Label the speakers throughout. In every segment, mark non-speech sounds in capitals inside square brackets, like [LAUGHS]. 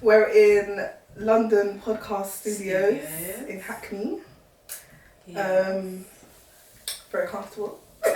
Speaker 1: We're in London Podcast Studios
Speaker 2: Studios.
Speaker 1: in Hackney.
Speaker 2: Yeah.
Speaker 1: Um, very comfortable.
Speaker 2: no,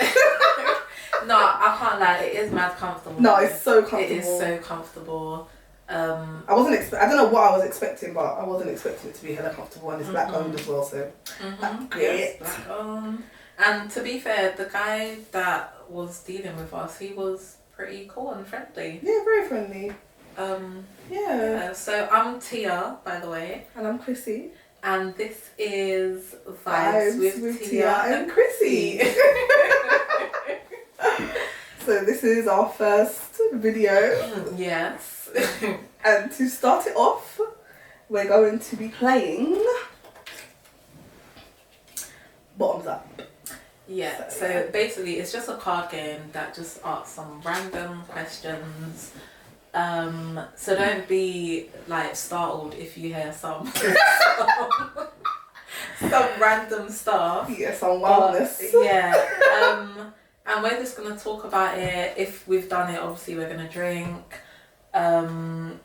Speaker 2: I can't lie. It is mad comfortable.
Speaker 1: No, it's so comfortable.
Speaker 2: It is so comfortable. Um,
Speaker 1: I wasn't. Expe- I don't know what I was expecting, but I wasn't expecting it to be hella comfortable, and it's black
Speaker 2: Mm-hmm.
Speaker 1: owned as well. So
Speaker 2: mhm,
Speaker 1: Great.
Speaker 2: yes, black owned. And to be fair, the guy that was dealing with us, he was pretty cool and friendly.
Speaker 1: yeah, very friendly.
Speaker 2: Um,
Speaker 1: Yeah,
Speaker 2: uh, so I'm Tia, by the way,
Speaker 1: and I'm Chrissy.
Speaker 2: and this is Vibes,
Speaker 1: Vibes
Speaker 2: with, Tia, and Chrissy.
Speaker 1: [LAUGHS] So this is our first video,
Speaker 2: yes. [LAUGHS]
Speaker 1: and to start it off, we're going to be playing Bottoms Up.
Speaker 2: Yeah,
Speaker 1: So,
Speaker 2: so
Speaker 1: yeah.
Speaker 2: basically it's just a card game that just asks some random questions. Um, so don't be like startled if you hear some [LAUGHS] some random stuff.
Speaker 1: Yes, on
Speaker 2: But,
Speaker 1: wellness.
Speaker 2: yeah. Um, and we're just gonna talk about it. If we've done it, obviously we're gonna drink. Um,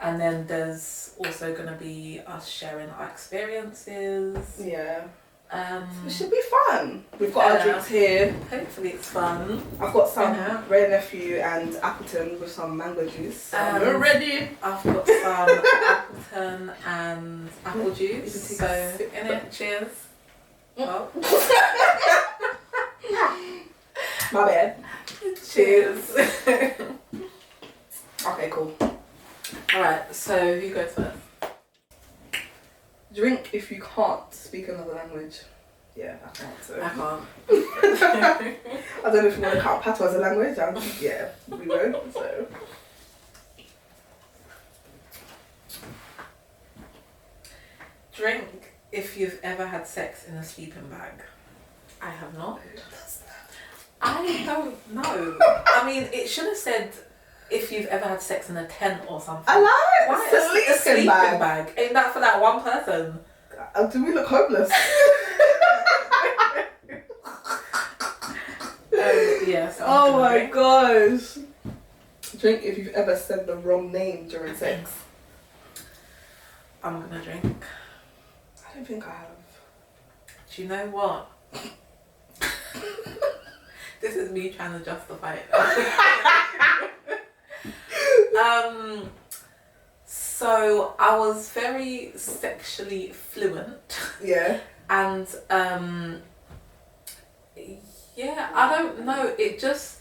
Speaker 2: and then there's also gonna be us sharing our experiences.
Speaker 1: Yeah.
Speaker 2: Um,
Speaker 1: It should be fun. We've got our
Speaker 2: Yeah.
Speaker 1: drinks here.
Speaker 2: hopefully it's fun.
Speaker 1: I've got some
Speaker 2: Yeah.
Speaker 1: Rare Nephew and Appleton with some mango juice.
Speaker 2: Um,
Speaker 1: We're ready.
Speaker 2: I've got some Appleton and apple juice.
Speaker 1: You
Speaker 2: So
Speaker 1: can take a sip.
Speaker 2: in it, cheers. Oh,
Speaker 1: My bad.
Speaker 2: cheers. [LAUGHS]
Speaker 1: Okay, cool.
Speaker 2: Alright, so who goes first?
Speaker 1: Drink if you can't speak another language. Yeah, I can't. [LAUGHS] So.
Speaker 2: can't.
Speaker 1: I don't know if you want to count Patois as a language. Um, yeah, we won't. So.
Speaker 2: Drink if you've ever had sex in a sleeping bag. I have not. I don't know. I mean, it should have said if you've ever had sex in a tent or something.
Speaker 1: I like
Speaker 2: Why
Speaker 1: Why
Speaker 2: a,
Speaker 1: sleeping,
Speaker 2: a sleeping
Speaker 1: bag.
Speaker 2: bag. Ain't that for that one [LAUGHS] person?
Speaker 1: Uh, do we look homeless?
Speaker 2: Um, yes.
Speaker 1: [LAUGHS] [LAUGHS]
Speaker 2: I'm
Speaker 1: oh
Speaker 2: gonna
Speaker 1: my
Speaker 2: drink.
Speaker 1: gosh. Drink if you've ever said the wrong name during sex.
Speaker 2: I'm gonna drink.
Speaker 1: I don't think I have.
Speaker 2: Do you know what? [LAUGHS] this is me trying to justify it. [LAUGHS] um, so I was very sexually fluent,
Speaker 1: Yeah.
Speaker 2: and um, yeah, I don't know. It just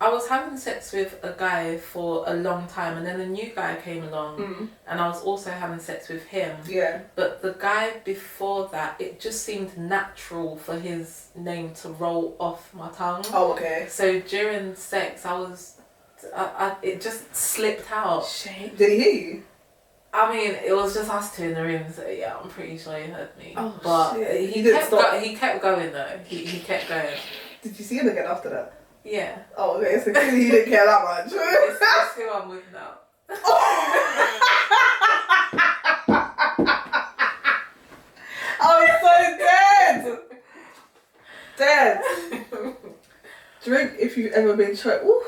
Speaker 2: I was having sex with a guy for a long time, and then a new guy came along,
Speaker 1: Mm.
Speaker 2: and I was also having sex with him.
Speaker 1: Yeah.
Speaker 2: But the guy before that, it just seemed natural for his name to roll off my tongue.
Speaker 1: Oh, okay.
Speaker 2: So during sex, I was, I, I, it just slipped out.
Speaker 1: Shame. Did he hear you?
Speaker 2: I mean, it was just us two in the room, so yeah, I'm pretty sure he heard me.
Speaker 1: Oh,
Speaker 2: but
Speaker 1: shit.
Speaker 2: he
Speaker 1: He didn't
Speaker 2: kept
Speaker 1: stop.
Speaker 2: go- he kept going though. He, he kept going.
Speaker 1: Did you see him again after that? [LAUGHS]
Speaker 2: Yeah,
Speaker 1: Oh, okay. So clearly he didn't care that much. [LAUGHS]
Speaker 2: it's, it's who I'm with now.
Speaker 1: I'm Oh, so dead. Dead. Drink if you've ever been choked. Ooh,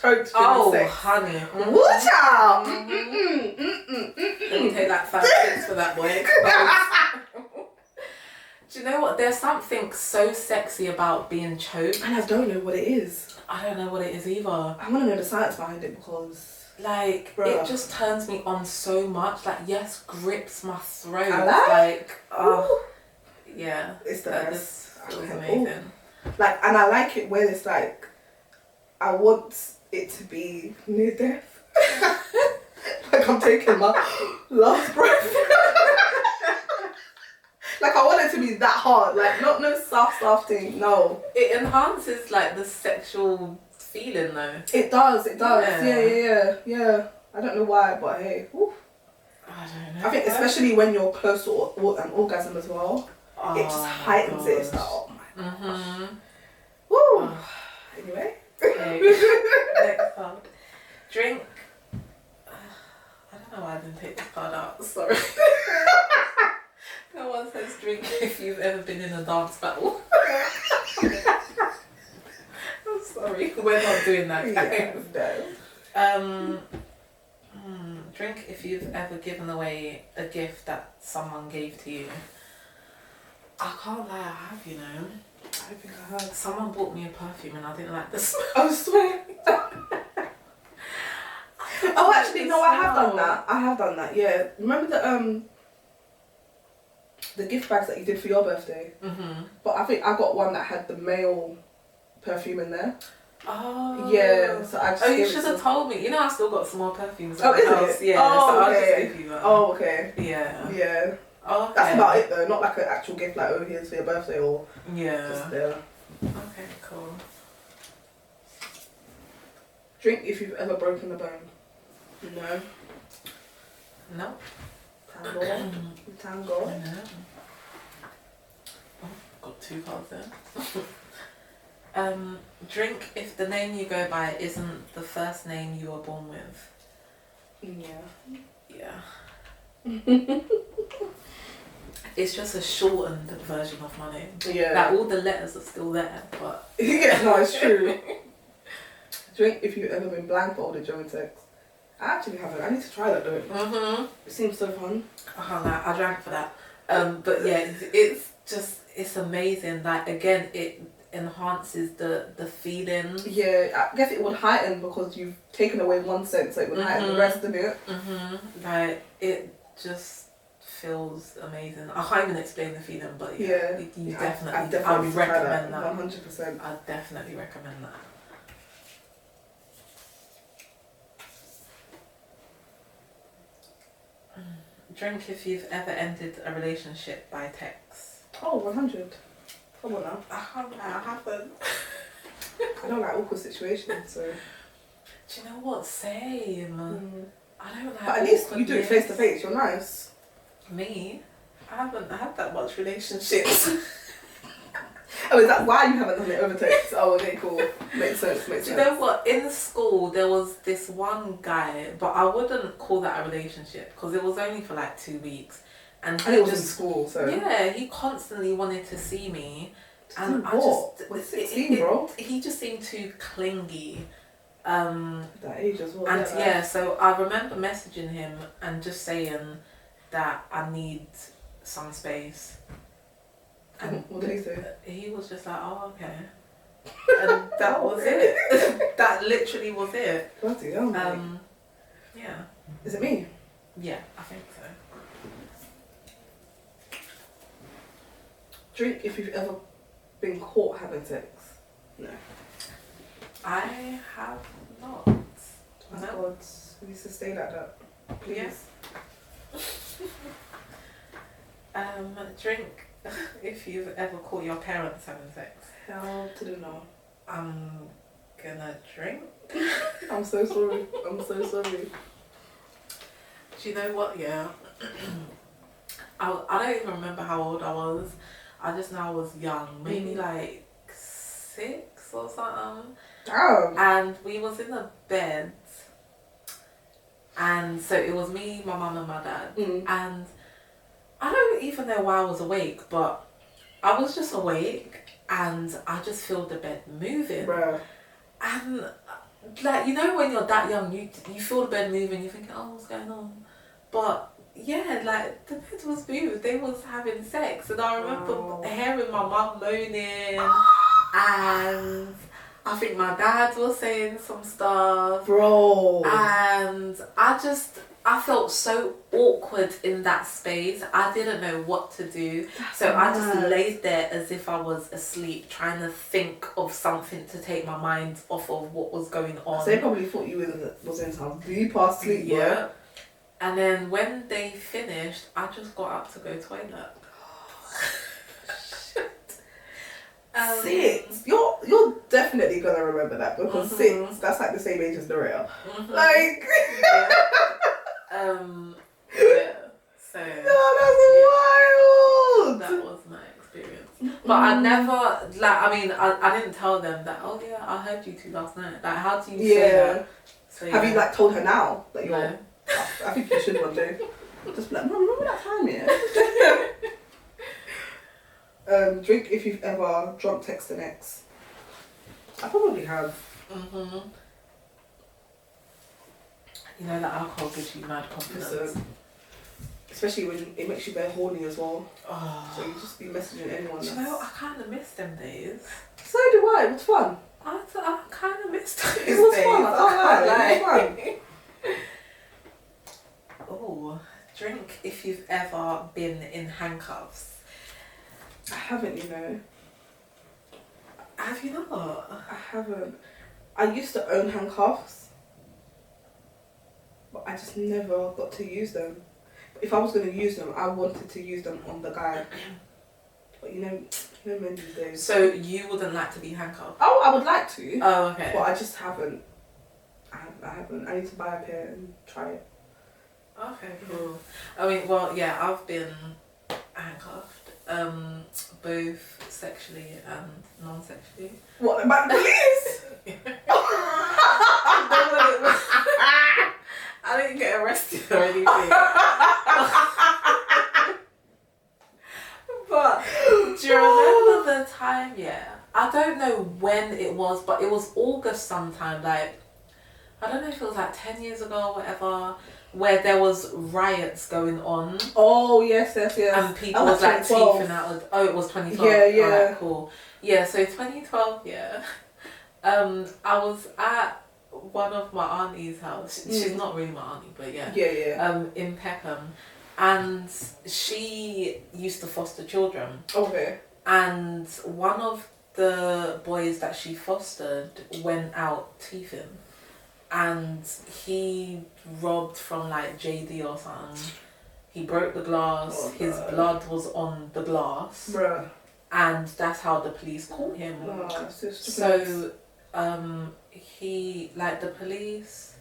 Speaker 1: choked during [LAUGHS]
Speaker 2: oh,
Speaker 1: sex.
Speaker 2: honey. Mm.
Speaker 1: Woo, child.
Speaker 2: Mhm.
Speaker 1: Mm-mm, mm-mm, mm-mm.
Speaker 2: Let me take that five cents for
Speaker 1: [LAUGHS]
Speaker 2: that boy. Do you know what? There's something so sexy about being choked.
Speaker 1: And I don't know what it is.
Speaker 2: I don't know what it is either.
Speaker 1: I want to know the science behind it because
Speaker 2: Like
Speaker 1: Bruh.
Speaker 2: it just turns me on so much. Like yes, grips my throat.
Speaker 1: I like-
Speaker 2: Like oh
Speaker 1: Ooh,
Speaker 2: yeah,
Speaker 1: uh, it's the
Speaker 2: that
Speaker 1: best.
Speaker 2: just
Speaker 1: I
Speaker 2: feels
Speaker 1: can't-
Speaker 2: amazing.
Speaker 1: Like, and I like it when it's like, I want it to be near death. [LAUGHS] like I'm taking my last breath. [LAUGHS] like I want it to be that hard. Like not no soft soft thing. No,
Speaker 2: It enhances like the sexual feeling though.
Speaker 1: it does. It does. Yeah,
Speaker 2: Yeah.
Speaker 1: yeah, yeah, yeah. I don't know why, but hey, Ooh.
Speaker 2: I don't know.
Speaker 1: I think especially when you're close to or- or- an orgasm as well,
Speaker 2: oh,
Speaker 1: it just heightens it. It's like, oh my.
Speaker 2: Mm-hmm.
Speaker 1: Woo. Anyway.
Speaker 2: [LAUGHS] Next card. Drink. I don't know why I didn't take this card out. Sorry. no one says drink if you've ever been in a dance battle. I'm sorry. We're not doing that,
Speaker 1: Yeah,
Speaker 2: guys.
Speaker 1: no.
Speaker 2: Um. hmm, drink if you've ever given away a gift that someone gave to you. I can't lie, I have, you know.
Speaker 1: I think I [LAUGHS] have.
Speaker 2: Someone bought me a perfume and I didn't like the smell.
Speaker 1: I
Speaker 2: [LAUGHS]
Speaker 1: swear. Oh, actually, no, I have done that. I have done that. Yeah. Remember the um, the gift bags that you did for your birthday?
Speaker 2: Mm-hmm.
Speaker 1: But I think I got one that had the male perfume in there.
Speaker 2: Oh.
Speaker 1: Yeah. So I just.
Speaker 2: Oh, you
Speaker 1: gave it
Speaker 2: should
Speaker 1: to-
Speaker 2: have told me. You know, I still got some more perfumes.
Speaker 1: Oh,
Speaker 2: at my
Speaker 1: is it?
Speaker 2: house. Yeah.
Speaker 1: Oh,
Speaker 2: so I'll
Speaker 1: okay.
Speaker 2: just give you one.
Speaker 1: Oh, okay.
Speaker 2: Yeah.
Speaker 1: Yeah.
Speaker 2: Oh, okay.
Speaker 1: That's about it though. Not like an actual gift, like oh here's for your birthday or
Speaker 2: Yeah.
Speaker 1: just there.
Speaker 2: Okay, cool.
Speaker 1: Drink if you've ever broken a bone. No.
Speaker 2: No.
Speaker 1: Tango. Tango.
Speaker 2: I know. Oh, got two cards there. [LAUGHS] um, drink if the name you go by isn't the first name you were born with.
Speaker 1: Yeah. [LAUGHS]
Speaker 2: Yeah. it's just a shortened version of my name.
Speaker 1: Yeah. [LAUGHS]
Speaker 2: Like all the letters are still there, but
Speaker 1: yeah, no, it's true. Drink if you've ever been blindfolded during sex. I actually haven't. I need to try that though.
Speaker 2: mm-hmm.
Speaker 1: It seems so fun.
Speaker 2: Oh, no, I drank for that. Um, but yeah, it's, it's just it's amazing. Like again, it enhances the the feeling.
Speaker 1: Yeah, I guess it would heighten because you've taken away one sense, so it would heighten the
Speaker 2: Mhm.
Speaker 1: rest of it.
Speaker 2: hmm
Speaker 1: Mm-hmm.
Speaker 2: Like it just feels amazing. I can't even explain the feeling, but yeah,
Speaker 1: Yeah.
Speaker 2: you, you
Speaker 1: I-
Speaker 2: definitely,
Speaker 1: I,
Speaker 2: I,
Speaker 1: definitely need
Speaker 2: would
Speaker 1: to try Mm-hmm.
Speaker 2: recommend that.
Speaker 1: One hundred percent.
Speaker 2: I definitely recommend that. Mm. Drink if you've ever ended a relationship by text.
Speaker 1: Oh, one hundred. Come on now.
Speaker 2: I haven't. I haven't.
Speaker 1: I don't like awkward situations, so.
Speaker 2: [LAUGHS] Do you know what? Same.
Speaker 1: Mm.
Speaker 2: I don't like.
Speaker 1: But at least you do it
Speaker 2: awkwardness.
Speaker 1: face to face. You're nice.
Speaker 2: Me, I haven't had that much [LAUGHS] relationships.
Speaker 1: Oh, is that why you haven't done it over
Speaker 2: [LAUGHS]
Speaker 1: text? Oh, okay, cool. Makes sense. Makes
Speaker 2: Do
Speaker 1: sense.
Speaker 2: you know what? In school, there was this one guy, but I wouldn't call that a relationship because it was only for like two weeks, and
Speaker 1: And
Speaker 2: he
Speaker 1: it was in
Speaker 2: just
Speaker 1: school, so.
Speaker 2: yeah, he constantly wanted to see me, and I
Speaker 1: what?
Speaker 2: just
Speaker 1: We're
Speaker 2: it- it-
Speaker 1: sixteen, bro.
Speaker 2: he just seemed too clingy. Um,
Speaker 1: That age as well.
Speaker 2: And
Speaker 1: yeah.
Speaker 2: yeah, so I remember messaging him and just saying that I need some space. And
Speaker 1: What did he say?
Speaker 2: he was just like, oh, [LAUGHS] okay. And that was it. [LAUGHS] that literally was it.
Speaker 1: Bloody hell, mate.
Speaker 2: Um, yeah.
Speaker 1: Is it me?
Speaker 2: Yeah, I think so.
Speaker 1: Drink if you've ever been caught having sex.
Speaker 2: I have not.
Speaker 1: Oh
Speaker 2: No.
Speaker 1: God, we used to stay like that. Please.
Speaker 2: Yeah. Um, drink [LAUGHS] if you've ever caught your parents having sex.
Speaker 1: Hell to the no. [LAUGHS]
Speaker 2: I'm gonna drink.
Speaker 1: I'm so sorry. I'm so sorry.
Speaker 2: Do you know what? Yeah. [CLEARS THROAT] I, I don't even remember how old I was. I just know I was young, maybe
Speaker 1: Mhm.
Speaker 2: like six or something.
Speaker 1: Damn.
Speaker 2: And we was in the bed. And so it was me, my mum and my dad.
Speaker 1: Mm.
Speaker 2: And I don't even know why I was awake, but I was just awake and I just feel the bed moving.
Speaker 1: Bruh.
Speaker 2: And uh, like you know when you're that young, you you feel the bed moving, you think, oh, what's going on? But yeah, like the bed was moved. They was having sex, and I remember
Speaker 1: Wow.
Speaker 2: hearing my mum moaning, and I think my dad was saying some stuff,
Speaker 1: Bro.
Speaker 2: and I just. I felt so awkward in that space. I didn't know what to do. So I just
Speaker 1: mad.
Speaker 2: laid there as if I was asleep, trying to think of something to take my mind off of what was going on.
Speaker 1: So they probably thought you was, was in some deep ass sleep, yeah.
Speaker 2: yeah. And then when they finished, I just got up to go toilet.
Speaker 1: [GASPS]
Speaker 2: Um,
Speaker 1: Six. You're you're definitely gonna remember that because
Speaker 2: Mhm.
Speaker 1: six. That's like the same age as Dorea.
Speaker 2: mhm,
Speaker 1: Like, [LAUGHS]
Speaker 2: yeah. Um. Yeah.
Speaker 1: [LAUGHS]
Speaker 2: So
Speaker 1: no, that's
Speaker 2: that
Speaker 1: wild.
Speaker 2: was my experience.
Speaker 1: Mm.
Speaker 2: But I never like. I mean, I, I didn't tell them that. Oh yeah, I heard you two last night. Like, how do you say
Speaker 1: Yeah.
Speaker 2: that? So,
Speaker 1: Have
Speaker 2: yeah.
Speaker 1: you like told her now that you're?
Speaker 2: No.
Speaker 1: I think you should one day. Just be like, mum, remember that time, yeah.
Speaker 2: [LAUGHS]
Speaker 1: um, drink if you've ever drunk text an ex. I probably have.
Speaker 2: Mhm. Mm-hmm. You know that alcohol gives you mad confidence.
Speaker 1: Listen, especially when it makes you very horny as well. So
Speaker 2: Oh.
Speaker 1: you just be messaging anyone.
Speaker 2: Do you
Speaker 1: that's-
Speaker 2: know, I kind of miss them days.
Speaker 1: So do I. It was fun.
Speaker 2: I, I kind of [LAUGHS] missed them
Speaker 1: It was
Speaker 2: days,
Speaker 1: fun. I can't lie. It
Speaker 2: can't
Speaker 1: was fun.
Speaker 2: Oh, drink if you've ever been in handcuffs.
Speaker 1: I haven't, you know.
Speaker 2: Have you not?
Speaker 1: I haven't. I used to own handcuffs, but I just never got to use them. If I was going to use them, I wanted to use them on the guy. But you know, you know men these days.
Speaker 2: So you wouldn't like to be handcuffed?
Speaker 1: Oh, I would like to,
Speaker 2: Oh, okay.
Speaker 1: but I just haven't. I, have- I haven't. I need to buy a pair and try it.
Speaker 2: Okay, cool. I mean, well, yeah, I've been handcuffed, um, both sexually and non-sexually.
Speaker 1: What about [LAUGHS] police?
Speaker 2: I didn't get arrested or anything.
Speaker 1: [LAUGHS]
Speaker 2: but [LAUGHS] do you remember the time? Yeah, I don't know when it was, but it was August sometime. Like, I don't know if it was like ten years ago or whatever, where there was riots going on
Speaker 1: oh yes, yes, yes.
Speaker 2: and Um, people
Speaker 1: I
Speaker 2: was like
Speaker 1: 2012.
Speaker 2: teething out. Of, oh, it was 2012.
Speaker 1: Yeah, yeah.
Speaker 2: Alright, cool. Yeah, so 2012. Yeah, [LAUGHS] um, I was at one of my auntie's house. She- She's
Speaker 1: Mm.
Speaker 2: not really my auntie, but yeah,
Speaker 1: Yeah, yeah.
Speaker 2: um, in Peckham, and she used to foster children,
Speaker 1: Okay.
Speaker 2: and one of the boys that she fostered went out teething. And he robbed from like JD or something. He broke the glass.
Speaker 1: Oh,
Speaker 2: his
Speaker 1: no.
Speaker 2: blood was on the glass
Speaker 1: Bruh.
Speaker 2: and that's how the police caught him.
Speaker 1: Oh, it's just-
Speaker 2: Mm. So, mm, um, he like the police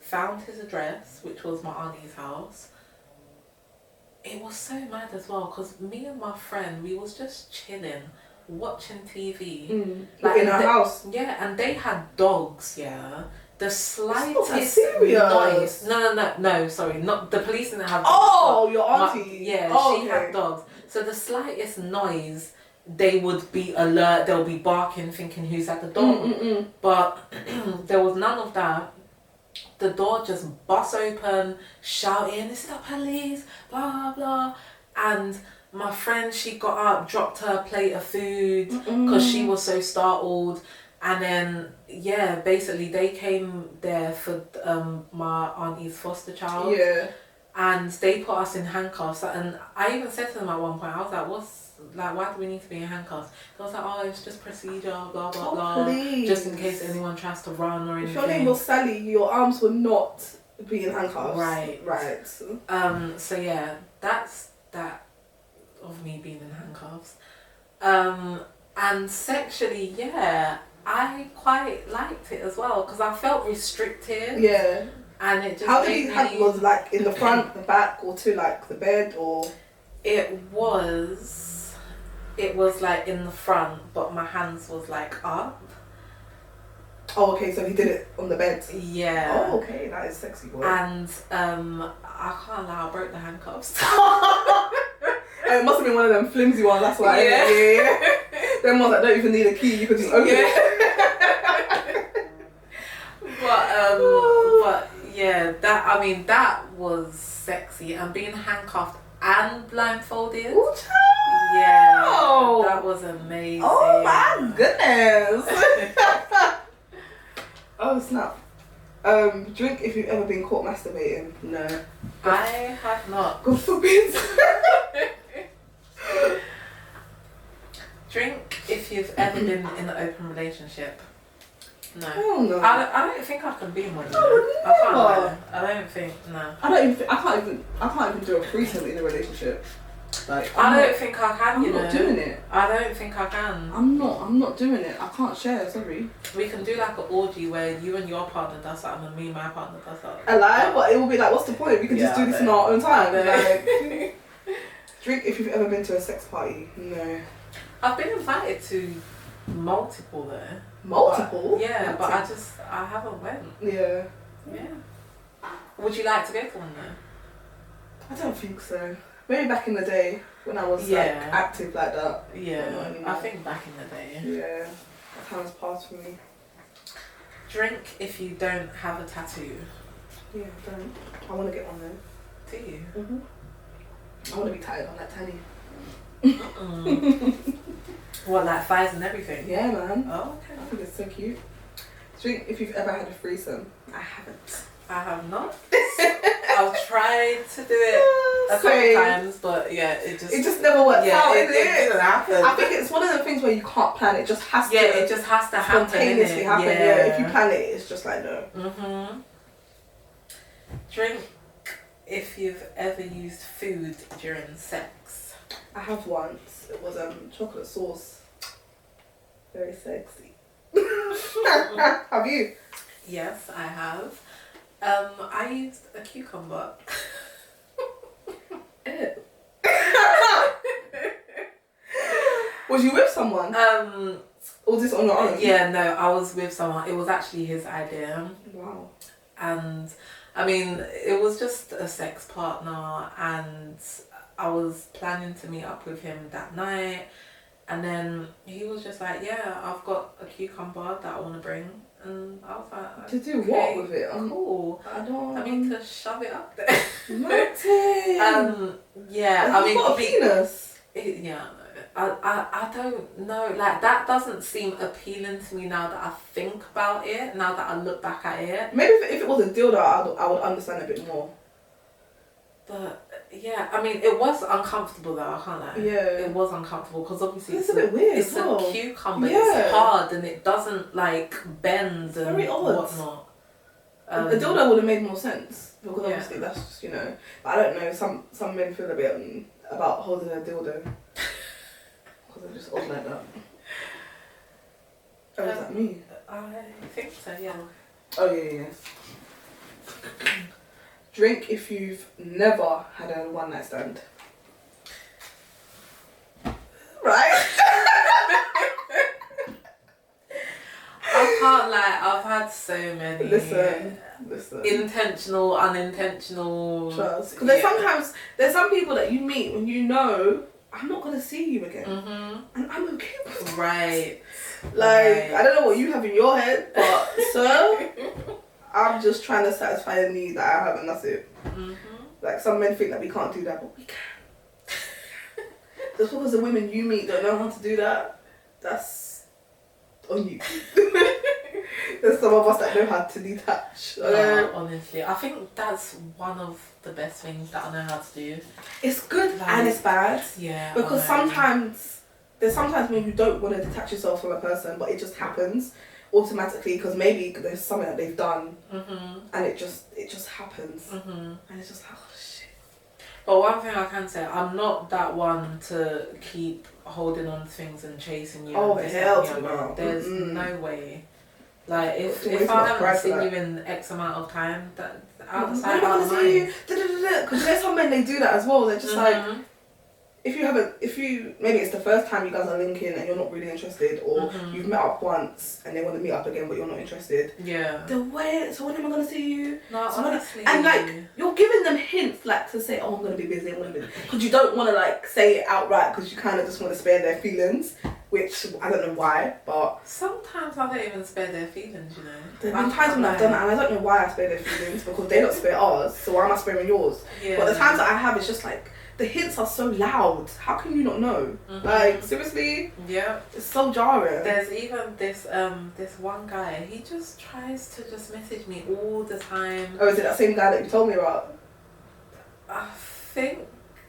Speaker 2: found his address, which was my auntie's house. It was so mad as well because me and my friend we was just chilling, watching TV.
Speaker 1: Mm.
Speaker 2: Like,
Speaker 1: in our
Speaker 2: the-
Speaker 1: house.
Speaker 2: Yeah, and they had dogs. Yeah, the
Speaker 1: not that
Speaker 2: slightest
Speaker 1: serious.
Speaker 2: noise. No, no, no, no. Sorry, not the police didn't have. dogs, but-
Speaker 1: Oh, your
Speaker 2: my-
Speaker 1: auntie.
Speaker 2: yeah,
Speaker 1: oh,
Speaker 2: she
Speaker 1: okay.
Speaker 2: had dogs. So the slightest noise, they would be alert. They'll be barking, thinking who's at the door.
Speaker 1: Mm, mm, mm.
Speaker 2: But [CLEARS THROAT] there was none of that. The door just bust open, shouting, "This is the police!" Blah blah. And my friend, she got up, dropped her plate of food
Speaker 1: Mm,
Speaker 2: because she was so startled. And then yeah, basically they came there for um, my auntie's foster child
Speaker 1: Yeah.
Speaker 2: and they put us in handcuffs. And I even said to them at one point, I was like, "What's like? Why do we need to be in handcuffs?" They was like, "Oh, it's just procedure, blah blah
Speaker 1: Oh,
Speaker 2: blah,
Speaker 1: please.
Speaker 2: just in case anyone tries to run or
Speaker 1: If
Speaker 2: anything."
Speaker 1: your name was Sally, your arms would not be in handcuffs.
Speaker 2: Right.
Speaker 1: Right.
Speaker 2: um. So yeah, that's that of me being in handcuffs. Um. And sexually, yeah, I quite liked it as well because I felt restricted,
Speaker 1: Yeah.
Speaker 2: and it just
Speaker 1: How
Speaker 2: made
Speaker 1: did you
Speaker 2: me-
Speaker 1: have was like in the front, the back, or to like the bed, or
Speaker 2: It was. It was like in the front, but my hands was like up.
Speaker 1: oh okay, so he did it on the bed.
Speaker 2: Yeah.
Speaker 1: Oh okay, that is sexy boy.
Speaker 2: And um, I can't lie, I broke the handcuffs. [LAUGHS]
Speaker 1: Oh, it must have been one of them flimsy ones. That's why.
Speaker 2: Yeah.
Speaker 1: yeah, yeah. them ones that don't even need a key. You could just open
Speaker 2: Yeah.
Speaker 1: it.
Speaker 2: but um, but yeah, that I mean that was sexy and being handcuffed and blindfolded.
Speaker 1: Ooh,
Speaker 2: Yeah,
Speaker 1: child.
Speaker 2: that was amazing.
Speaker 1: Oh my
Speaker 2: [LAUGHS]
Speaker 1: goodness! oh snap! Um, drink if you've ever been caught masturbating. No.
Speaker 2: I have not
Speaker 1: God forbid. [LAUGHS]
Speaker 2: drink if you've ever been in an open relationship. No.
Speaker 1: Hell no.
Speaker 2: I
Speaker 1: I
Speaker 2: don't, I don't think I can be one.
Speaker 1: I would
Speaker 2: I can't.
Speaker 1: never.
Speaker 2: lie. I don't think no.
Speaker 1: don't even. thi- I can't even. I can't even do a threesome in a relationship. Like I'm
Speaker 2: I
Speaker 1: not,
Speaker 2: don't think I can.
Speaker 1: I'm
Speaker 2: you
Speaker 1: not
Speaker 2: know.
Speaker 1: doing it.
Speaker 2: I don't think I can.
Speaker 1: I'm not. I'm not doing it. I can't share. Sorry.
Speaker 2: We can do like an orgy where you and your partner does something and me and my partner does something.
Speaker 1: A lie, but it will be like, what's the point? We can just
Speaker 2: Yeah,
Speaker 1: do this
Speaker 2: I
Speaker 1: in our own time.
Speaker 2: I know. [LAUGHS]
Speaker 1: Like, drink if you've ever been to a sex party. No.
Speaker 2: I've been invited to multiple though.
Speaker 1: Multiple.
Speaker 2: Yeah, but I
Speaker 1: That's
Speaker 2: just I haven't went.
Speaker 1: it. yeah.
Speaker 2: Yeah. Would you like to go to one though?
Speaker 1: I don't think so. Maybe back in the day when I was like
Speaker 2: Yeah.
Speaker 1: active like that.
Speaker 2: Yeah.
Speaker 1: Mm.
Speaker 2: I think back in the day.
Speaker 1: Yeah. Time's passed for me.
Speaker 2: Drink if you don't have a tattoo.
Speaker 1: Yeah, I don't. I want to get one though. [LAUGHS]
Speaker 2: Do you?
Speaker 1: Mm-hmm.
Speaker 2: Mm-hmm.
Speaker 1: I want to be tired on that tiny.
Speaker 2: Mm-mm. Mm. what, like thighs and everything?
Speaker 1: Yeah, man.
Speaker 2: Oh, okay.
Speaker 1: I think it's so cute. Do you think if you've ever had a threesome? I [LAUGHS] haven't.
Speaker 2: I have not. I've tried to do it a couple times, but yeah, it just
Speaker 1: It just never works out,
Speaker 2: it,
Speaker 1: innit?
Speaker 2: it doesn't happen.
Speaker 1: I think it's one of the things where you can't plan it. Just has
Speaker 2: yeah,
Speaker 1: to
Speaker 2: it just has to happen.
Speaker 1: spontaneously
Speaker 2: innit?
Speaker 1: happen. Yeah.
Speaker 2: Yeah.
Speaker 1: If you plan it, it's just like no.
Speaker 2: Mm-hmm. Drink if you've ever used food during sex.
Speaker 1: I have once. It was um chocolate sauce. Very sexy. [LAUGHS] have [LAUGHS] you?
Speaker 2: Yes, I have. Um, I used a cucumber. [LAUGHS]
Speaker 1: Was you with someone?
Speaker 2: Um,
Speaker 1: Or was this on your own?
Speaker 2: yeah, no, I was with someone. It was actually his idea,
Speaker 1: Wow.
Speaker 2: and I mean, it was just a sex partner, and I was planning to meet up with him that night, and then he was just like, "Yeah, I've got a cucumber that I want to bring," and I was like,
Speaker 1: To do
Speaker 2: Okay.
Speaker 1: what with it? Um,
Speaker 2: Cool.
Speaker 1: I don't.
Speaker 2: I mean, to shove it up there.
Speaker 1: [LAUGHS]
Speaker 2: [LAUGHS]
Speaker 1: Martin.
Speaker 2: um, yeah, I
Speaker 1: Have you
Speaker 2: mean,
Speaker 1: got a
Speaker 2: be-
Speaker 1: penis.
Speaker 2: it- yeah, I, I, I don't know. Like, that doesn't seem appealing to me now that I think about it, now that I look back at it.
Speaker 1: Maybe if, if it was a dildo, I'd, I would understand a bit more.
Speaker 2: But, yeah, I mean, it was uncomfortable though, I can't lie.
Speaker 1: Yeah.
Speaker 2: It was uncomfortable because obviously
Speaker 1: It's
Speaker 2: it's,
Speaker 1: a bit weird.
Speaker 2: it's
Speaker 1: as well.
Speaker 2: a cucumber,
Speaker 1: Yeah.
Speaker 2: it's hard and it doesn't like bend and
Speaker 1: Very odd.
Speaker 2: whatnot.
Speaker 1: A- a dildo would have made more sense because
Speaker 2: um, Yeah.
Speaker 1: obviously that's just you know. But I don't know. Some some men feel a bit um, about holding a
Speaker 2: [LAUGHS]
Speaker 1: dildo because they're just odd like that. Oh,
Speaker 2: Um,
Speaker 1: is that me?
Speaker 2: I think so, yeah.
Speaker 1: Oh yeah, yeah, yeah. Drink if you've never had a one night stand. Right.
Speaker 2: I can't lie, I've had so many.
Speaker 1: Listen, listen.
Speaker 2: intentional, unintentional.
Speaker 1: Trust. Because there's sometimes there's some people that you meet when you know I'm not gonna see you again,
Speaker 2: Mm-hmm.
Speaker 1: and I'm okay with that.
Speaker 2: Right.
Speaker 1: Like, I
Speaker 2: Right.
Speaker 1: don't know what you have in your head, but
Speaker 2: [LAUGHS]
Speaker 1: sir, I'm just trying to satisfy a need that I have, and that's it.
Speaker 2: Mm-hmm.
Speaker 1: Like, some men think that we can't do that, but we can. just because the women you meet don't know how to do that, that's on you. [LAUGHS] There's some of us that know how to detach. Uh,
Speaker 2: honestly, I think that's one of the best things that I know how to do.
Speaker 1: it's good
Speaker 2: Like-
Speaker 1: and it's bad
Speaker 2: Yeah.
Speaker 1: because
Speaker 2: I know.
Speaker 1: sometimes there's sometimes when you don't want to detach yourself from a person, but it just happens automatically because maybe there's something that they've done
Speaker 2: Mhm.
Speaker 1: and it just it just happens
Speaker 2: Mhm.
Speaker 1: and it's just like oh shit
Speaker 2: But one thing I can say, I'm not that one to keep holding on to things and chasing you.
Speaker 1: Oh,
Speaker 2: and this,
Speaker 1: hell
Speaker 2: that, and the
Speaker 1: to
Speaker 2: other.
Speaker 1: no.
Speaker 2: There's
Speaker 1: Mm-mm.
Speaker 2: no way. Like if
Speaker 1: It's a waste
Speaker 2: if
Speaker 1: of
Speaker 2: I haven't
Speaker 1: pride for
Speaker 2: seen
Speaker 1: that.
Speaker 2: you in X amount of time, that
Speaker 1: I'm
Speaker 2: out of sight,
Speaker 1: not
Speaker 2: out
Speaker 1: gonna
Speaker 2: of
Speaker 1: see
Speaker 2: mind.
Speaker 1: you Mm-hmm. because there's some men they do that as well they're just like
Speaker 2: Mhm.
Speaker 1: if you haven't if you maybe it's the first time you guys are linking and you're not really interested or
Speaker 2: Mhm.
Speaker 1: you've met up once and they want to meet up again but you're not interested
Speaker 2: yeah.
Speaker 1: the way so when am I gonna see you
Speaker 2: No,
Speaker 1: So when-
Speaker 2: honestly.
Speaker 1: and like you're giving them hints like to say oh I'm gonna be busy I'm gonna be because you don't want to like say it outright because you kind of just want to spare their feelings which I don't know why but
Speaker 2: Sometimes I don't even spare their feelings, you know.
Speaker 1: there have been times when I've done that and I don't know why I spare their feelings because they don't spare ours so why am I sparing yours
Speaker 2: Yeah.
Speaker 1: But the times that I have, it's just like the hints are so loud. How can you not know?
Speaker 2: Mhm.
Speaker 1: Like seriously,
Speaker 2: yeah,
Speaker 1: it's so jarring.
Speaker 2: there's even this um this one guy. He just tries to just message me all the time.
Speaker 1: Oh, is it that same guy that you told me about?
Speaker 2: I think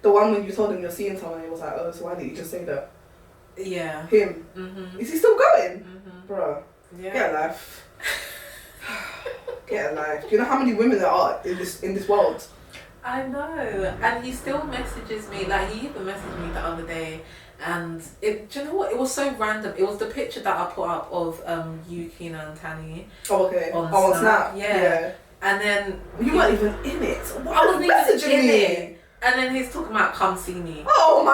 Speaker 1: The one when you told him you're seeing someone, and he was like, "Oh, so why did you just say that?"
Speaker 2: yeah.
Speaker 1: Him?
Speaker 2: Mhm.
Speaker 1: Is he still going,
Speaker 2: Mhm.
Speaker 1: Bruh,
Speaker 2: Yeah.
Speaker 1: Get a life. Get a life. Do you know how many women there are in this in this world?
Speaker 2: [LAUGHS] I know, and he still messages me. Like he even messaged me the other day, and it. Do you know what? It was so random. It was the picture that I put up of um you, Keena, and Tani,
Speaker 1: Oh, okay.
Speaker 2: On
Speaker 1: oh, on
Speaker 2: Snap,
Speaker 1: Snap.
Speaker 2: yeah. and then
Speaker 1: You weren't even in it. Why
Speaker 2: I
Speaker 1: are you
Speaker 2: wasn't
Speaker 1: messaging
Speaker 2: even in
Speaker 1: me?
Speaker 2: it. And then he's talking about come see me.
Speaker 1: Oh my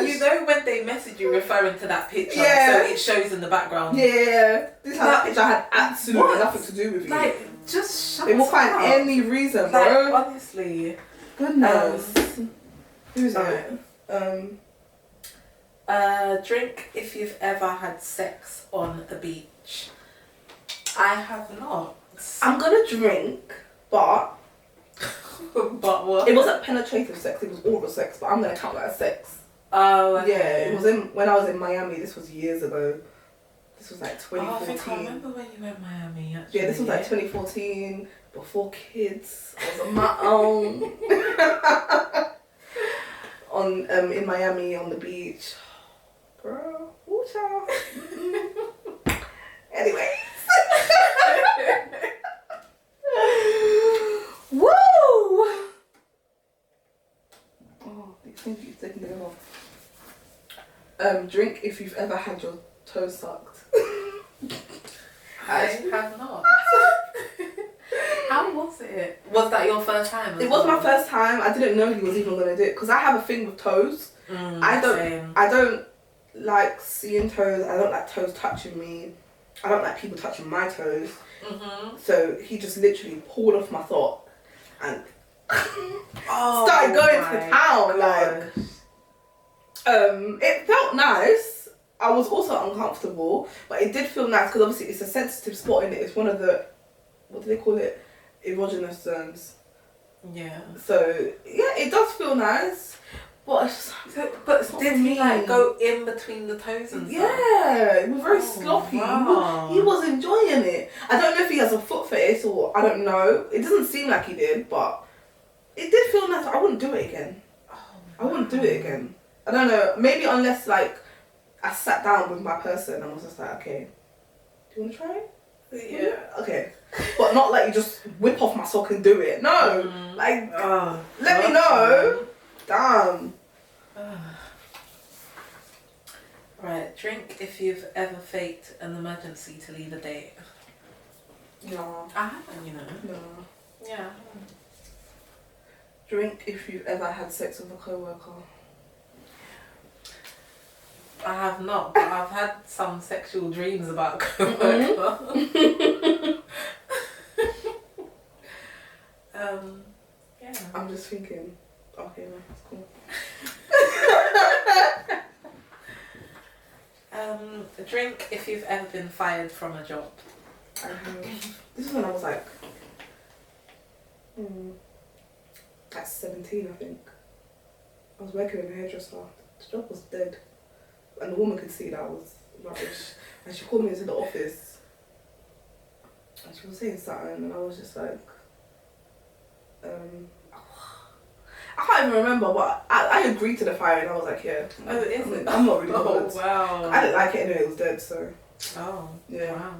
Speaker 1: gosh.
Speaker 2: You know when they message you referring to that picture,
Speaker 1: Yeah.
Speaker 2: so it shows in the background.
Speaker 1: Yeah, this had,
Speaker 2: Like,
Speaker 1: that picture had absolutely
Speaker 2: what?
Speaker 1: nothing to do with you.
Speaker 2: Like, just shut
Speaker 1: they will
Speaker 2: up.
Speaker 1: find any reason,
Speaker 2: Like, Um,
Speaker 1: bro.
Speaker 2: honestly.
Speaker 1: Goodness. Who's
Speaker 2: sorry.
Speaker 1: it? Um,
Speaker 2: Uh, drink if you've ever had sex on the beach. I have not. [LAUGHS]
Speaker 1: I'm gonna drink But
Speaker 2: but what?
Speaker 1: it wasn't penetrative sex, it was oral sex, but I'm gonna count that as sex.
Speaker 2: oh, okay.
Speaker 1: Yeah, it was in when I was in Miami, this was years ago. This was like
Speaker 2: Oh, I think I
Speaker 1: 2014.
Speaker 2: remember when you went Miami. Actually.
Speaker 1: yeah, this was like 2014, before kids. I was on my own. on um in Miami on the beach. Bro, watch out. anyway. Woo! Oh, these things you taking them off. Um, drink if you've ever had your toes sucked.
Speaker 2: I have not. How was it? Was that your first time?
Speaker 1: It was my first time. I didn't know he was even gonna do it because I have a thing with toes. I don't- I don't like seeing toes. I don't like toes touching me. I don't like people touching my toes.
Speaker 2: Mm-hmm.
Speaker 1: So he just literally pulled off my thought and
Speaker 2: [LAUGHS] Oh,
Speaker 1: started going to
Speaker 2: my
Speaker 1: town. Like,
Speaker 2: gosh.
Speaker 1: um, it felt nice. I was also uncomfortable, but it did feel nice because obviously it's a sensitive spot in it. It's one of the what do they call it? Erogenous zones.
Speaker 2: yeah.
Speaker 1: So yeah, it does feel nice, but it's just-
Speaker 2: So, but
Speaker 1: What
Speaker 2: did
Speaker 1: do
Speaker 2: he
Speaker 1: you
Speaker 2: like
Speaker 1: mean?
Speaker 2: go in between the toes and stuff?
Speaker 1: Yeah, we were very
Speaker 2: Oh,
Speaker 1: sloppy.
Speaker 2: wow.
Speaker 1: He was enjoying it. I don't know if he has a foot fetish or I don't know. It doesn't seem like he did, but it did feel nice. I wouldn't do it again.
Speaker 2: Oh,
Speaker 1: I wouldn't do it again. I don't know. Maybe unless like I sat down with my person and was just like, okay, do you want to try it?
Speaker 2: Oh, Yeah.
Speaker 1: Okay.
Speaker 2: [LAUGHS]
Speaker 1: But not like you just whip off my sock and do it. No.
Speaker 2: Mm.
Speaker 1: Like,
Speaker 2: Oh,
Speaker 1: Let me
Speaker 2: okay.
Speaker 1: know. damn.
Speaker 2: [SIGHS] Right, drink if you've ever faked an emergency to leave a date.
Speaker 1: No.
Speaker 2: I haven't, you know.
Speaker 1: No.
Speaker 2: Yeah.
Speaker 1: Drink if you've ever had sex with a coworker.
Speaker 2: I have not, but I've had some sexual dreams about [LAUGHS]
Speaker 1: Mm-hmm.
Speaker 2: coworker. um, yeah.
Speaker 1: I'm just thinking, okay, no, it's cool.
Speaker 2: Um, drink if you've ever been fired from a job.
Speaker 1: I have- this is when I was like, hmm, like 17, I think. I was working in a hairdresser. The job was dead. And the woman could see that I was rubbish. And she called me into the office. And she was saying something, and I was just like, um, I can't even remember, but I, I agreed to the firing. I was like, yeah.
Speaker 2: Oh, it
Speaker 1: I'm-
Speaker 2: isn't.
Speaker 1: I'm not really
Speaker 2: [LAUGHS] Oh,
Speaker 1: bothered.
Speaker 2: wow.
Speaker 1: I didn't like it anyway, it was dead, so
Speaker 2: Oh,
Speaker 1: yeah.
Speaker 2: wow.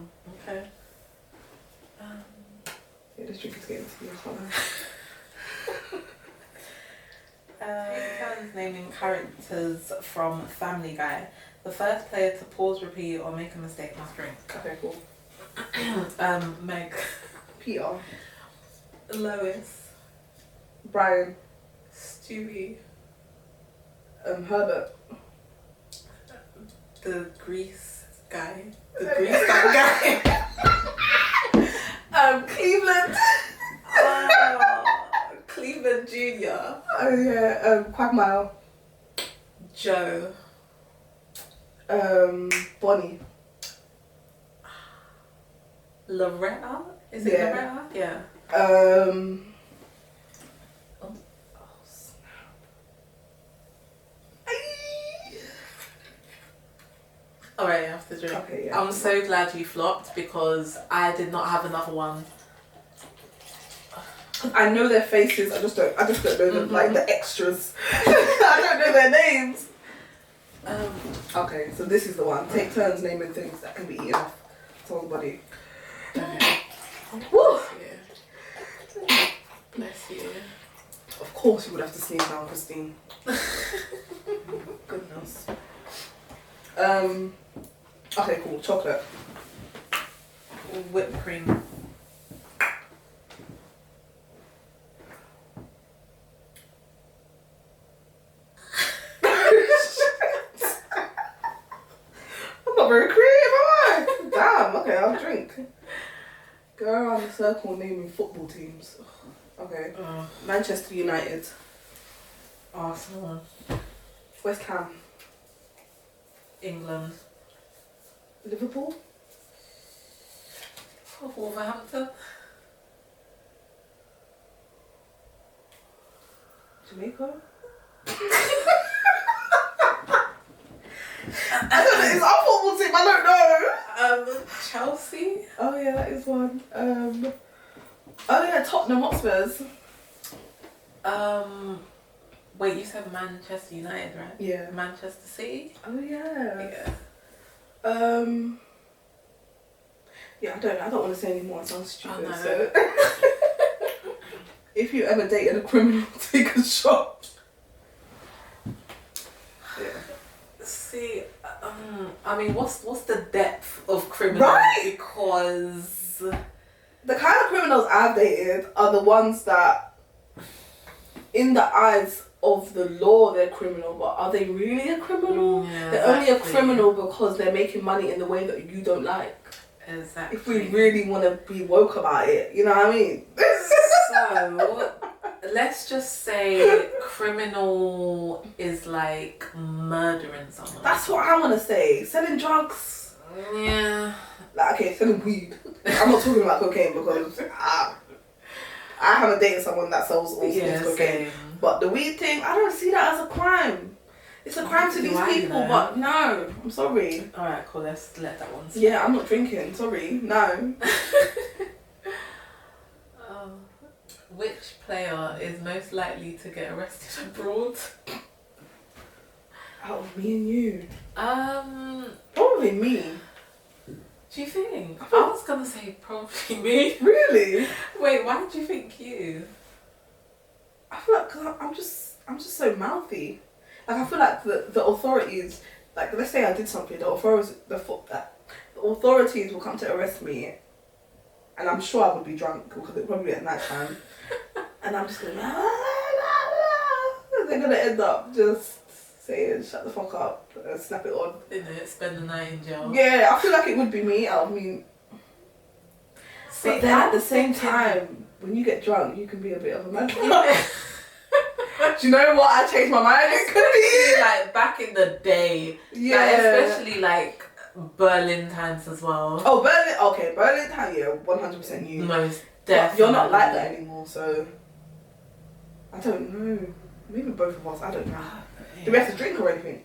Speaker 2: Okay. Um,
Speaker 1: Yeah, this drink is getting to me. I can't lie.
Speaker 2: Uh, turns naming characters from Family Guy. The first player to pause, repeat, or make a mistake must drink.
Speaker 1: Okay, cool.
Speaker 2: um, Meg,
Speaker 1: Peter,
Speaker 2: Lois,
Speaker 1: Brian,
Speaker 2: Stewie,
Speaker 1: um, Herbert.
Speaker 2: the Grease guy, the Grease guy [LAUGHS] guy, um, Cleveland, oh, Cleveland Junior,
Speaker 1: [LAUGHS] Oh yeah, um, Quagmire,
Speaker 2: Joe,
Speaker 1: um, Bonnie.
Speaker 2: Loretta. Is it
Speaker 1: Yeah.
Speaker 2: Loretta? Yeah.
Speaker 1: Um.
Speaker 2: Oh.
Speaker 1: oh, snap. Ayy.
Speaker 2: All right, you have to drink.
Speaker 1: Okay, yeah.
Speaker 2: I'm so glad you flopped because I did not have another one.
Speaker 1: I know their faces. I just don't. I just don't know them.
Speaker 2: Mhm.
Speaker 1: Like the extras. [LAUGHS] I don't know their names.
Speaker 2: Um,
Speaker 1: Okay, so this is the one. Take turns naming things that can be eaten off somebody. Woo!
Speaker 2: Yeah. Bless you.
Speaker 1: Of course, you would have to sneeze down, Christine. Goodness. Um. Okay, cool. Chocolate. [LAUGHS]
Speaker 2: Whipped cream.
Speaker 1: I'm not very creative, am I? Damn. Okay, I'll drink. Go around the circle naming football teams. Okay.
Speaker 2: Oh,
Speaker 1: Manchester United.
Speaker 2: Arsenal.
Speaker 1: West Ham.
Speaker 2: England.
Speaker 1: Liverpool. Oh,
Speaker 2: Wolverhampton.
Speaker 1: Jamaica? I don't know, it's our football team, I don't know.
Speaker 2: Um, Chelsea.
Speaker 1: Oh yeah, that is one. Um, oh yeah, Tottenham Hotspurs.
Speaker 2: Um, wait, you said Manchester United, right?
Speaker 1: Yeah.
Speaker 2: Manchester City.
Speaker 1: Oh yeah.
Speaker 2: Yeah.
Speaker 1: Um. Yeah, I don't. know. I don't want to say any more. It sounds stupid.
Speaker 2: Oh, no.
Speaker 1: So. [LAUGHS] if you ever dated a criminal, [LAUGHS] take a shot. Yeah.
Speaker 2: See, um, I mean, what's what's the depth of criminal?
Speaker 1: Right?
Speaker 2: Because
Speaker 1: The kind of criminals I've dated are the ones that, in the eyes of the law, they're criminal. But are they really a criminal?
Speaker 2: Yeah,
Speaker 1: They're only a
Speaker 2: Mm, exactly.
Speaker 1: criminal because they're making money in the way that you don't like.
Speaker 2: Exactly.
Speaker 1: If we really want to be woke about it, you know what I mean?
Speaker 2: so let's just say criminal is like murdering
Speaker 1: [LAUGHS]
Speaker 2: someone.
Speaker 1: That's what I want to say. Selling drugs.
Speaker 2: yeah.
Speaker 1: Like, okay, selling weed. I'm not talking about cocaine because I, I haven't dated someone that sells all sorts
Speaker 2: yeah.
Speaker 1: of cocaine.
Speaker 2: same.
Speaker 1: But the weed thing, I don't see that as a crime. It's a crime to
Speaker 2: Oh, Do
Speaker 1: these
Speaker 2: I,
Speaker 1: people,
Speaker 2: though?
Speaker 1: but no, I'm sorry.
Speaker 2: All right, cool. Let's let that one. Slide.
Speaker 1: Yeah, I'm not drinking. Sorry, no.
Speaker 2: um, which player is most likely to get arrested [LAUGHS] abroad?
Speaker 1: Oh, me and you.
Speaker 2: Um,
Speaker 1: Probably me.
Speaker 2: do you think? I was gonna say probably me. [LAUGHS]
Speaker 1: Really?
Speaker 2: Wait, why do you think you?
Speaker 1: I feel like cause I'm just I'm just so mouthy. Like I feel like the, the authorities, like let's say I did something, the authorities the fo- uh, the authorities will come to arrest me, and I'm sure I would be drunk because it probably at night
Speaker 2: [LAUGHS]
Speaker 1: time, and I'm just gonna be, "Ah, la, la, la." they're gonna end up just saying shut the fuck up and snap it on.
Speaker 2: You know, spend the night in jail.
Speaker 1: Yeah, I feel like it would be me. I mean,
Speaker 2: See,
Speaker 1: but then at
Speaker 2: I'm
Speaker 1: the same
Speaker 2: thinking-
Speaker 1: time, when you get drunk, you can be a bit of a [LAUGHS]
Speaker 2: [LAUGHS]
Speaker 1: man.
Speaker 2: Yeah.
Speaker 1: Do you know what? I changed my mind. It could be.
Speaker 2: like back in the day,
Speaker 1: Yeah.
Speaker 2: like, especially like Berlin times as well.
Speaker 1: oh, Berlin. Okay, Berlin town. Yeah, one hundred percent you.
Speaker 2: Most
Speaker 1: But
Speaker 2: definitely.
Speaker 1: you're not like that anymore, so I don't know. Maybe both of us. I don't know. Do we have to drink or anything?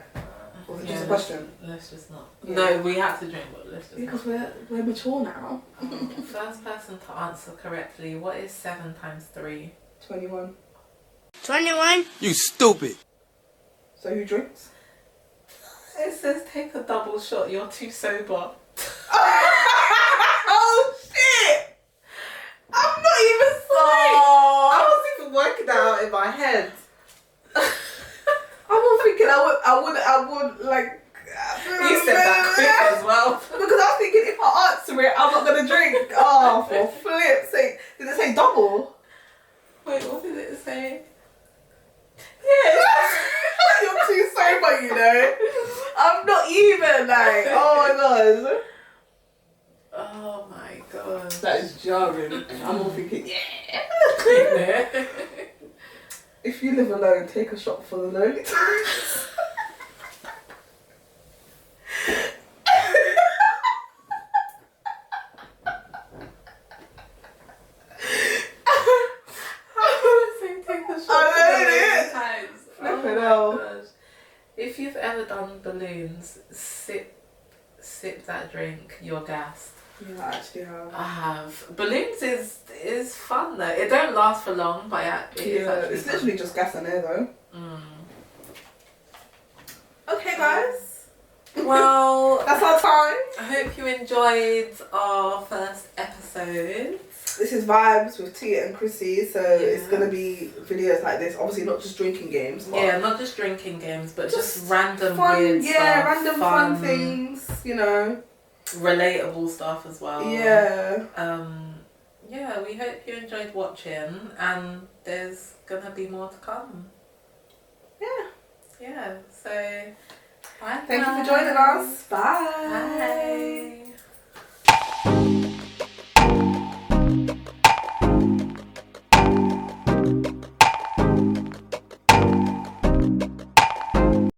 Speaker 1: Or was it just
Speaker 2: Yeah.
Speaker 1: a question?
Speaker 2: Let's just not.
Speaker 1: Yeah.
Speaker 2: No, we have to drink, but let's just.
Speaker 1: Because we're we're mature now.
Speaker 2: Um, first person to answer correctly. What is seven times three?
Speaker 1: Twenty one.
Speaker 3: 21.
Speaker 4: You stupid.
Speaker 1: So who drinks? [LAUGHS]
Speaker 2: It says take a double shot. You're too [LAUGHS] sober.
Speaker 1: oh shit! I'm not even
Speaker 2: I
Speaker 1: was even working that out in my head. I was thinking I would I would I would like.
Speaker 2: you said that quick as well.
Speaker 1: [LAUGHS] Because I was thinking if I answer it, I'm not gonna [LAUGHS] drink. Oh, for flip's sake! Did it say double? [LAUGHS]
Speaker 2: Wait, what did it say?
Speaker 1: You're too sober, you know. I'm not even like. Oh my gosh.
Speaker 2: [LAUGHS] Oh my god.
Speaker 1: That
Speaker 2: [LAUGHS]
Speaker 1: is jarring. I'm all thinking. Yeah. [LAUGHS] If you live alone, take a shot for the lonely times. I Flipping hell.
Speaker 2: Oh If you've ever done balloons, sip sip that drink, you're gassed.
Speaker 1: [LAUGHS] Yeah, I actually uh, have.
Speaker 2: I have. Balloons is is fun though. It don't last for long, but yeah, it is
Speaker 1: yeah,
Speaker 2: actually
Speaker 1: it's
Speaker 2: fun.
Speaker 1: literally just gas and air though.
Speaker 2: Mm.
Speaker 1: Okay, [LAUGHS] guys.
Speaker 2: Well,
Speaker 1: That's our time.
Speaker 2: I hope you enjoyed our first episode.
Speaker 1: This is vibes with Tia and Chrissy, so it's
Speaker 2: Yeah.
Speaker 1: gonna be videos like this. Obviously, not just drinking games, but
Speaker 2: Yeah, not just drinking games, but just,
Speaker 1: Just
Speaker 2: random
Speaker 1: fun,
Speaker 2: weird
Speaker 1: yeah,
Speaker 2: stuff,
Speaker 1: random fun. things, you know.
Speaker 2: relatable stuff as
Speaker 1: Oh.
Speaker 2: well.
Speaker 1: yeah,
Speaker 2: Um. Yeah, we hope you enjoyed watching, and there's gonna be more to come.
Speaker 1: yeah.
Speaker 2: Yeah. So, bye.
Speaker 1: Thank you for
Speaker 2: guys.
Speaker 1: joining us. Bye.
Speaker 2: Bye.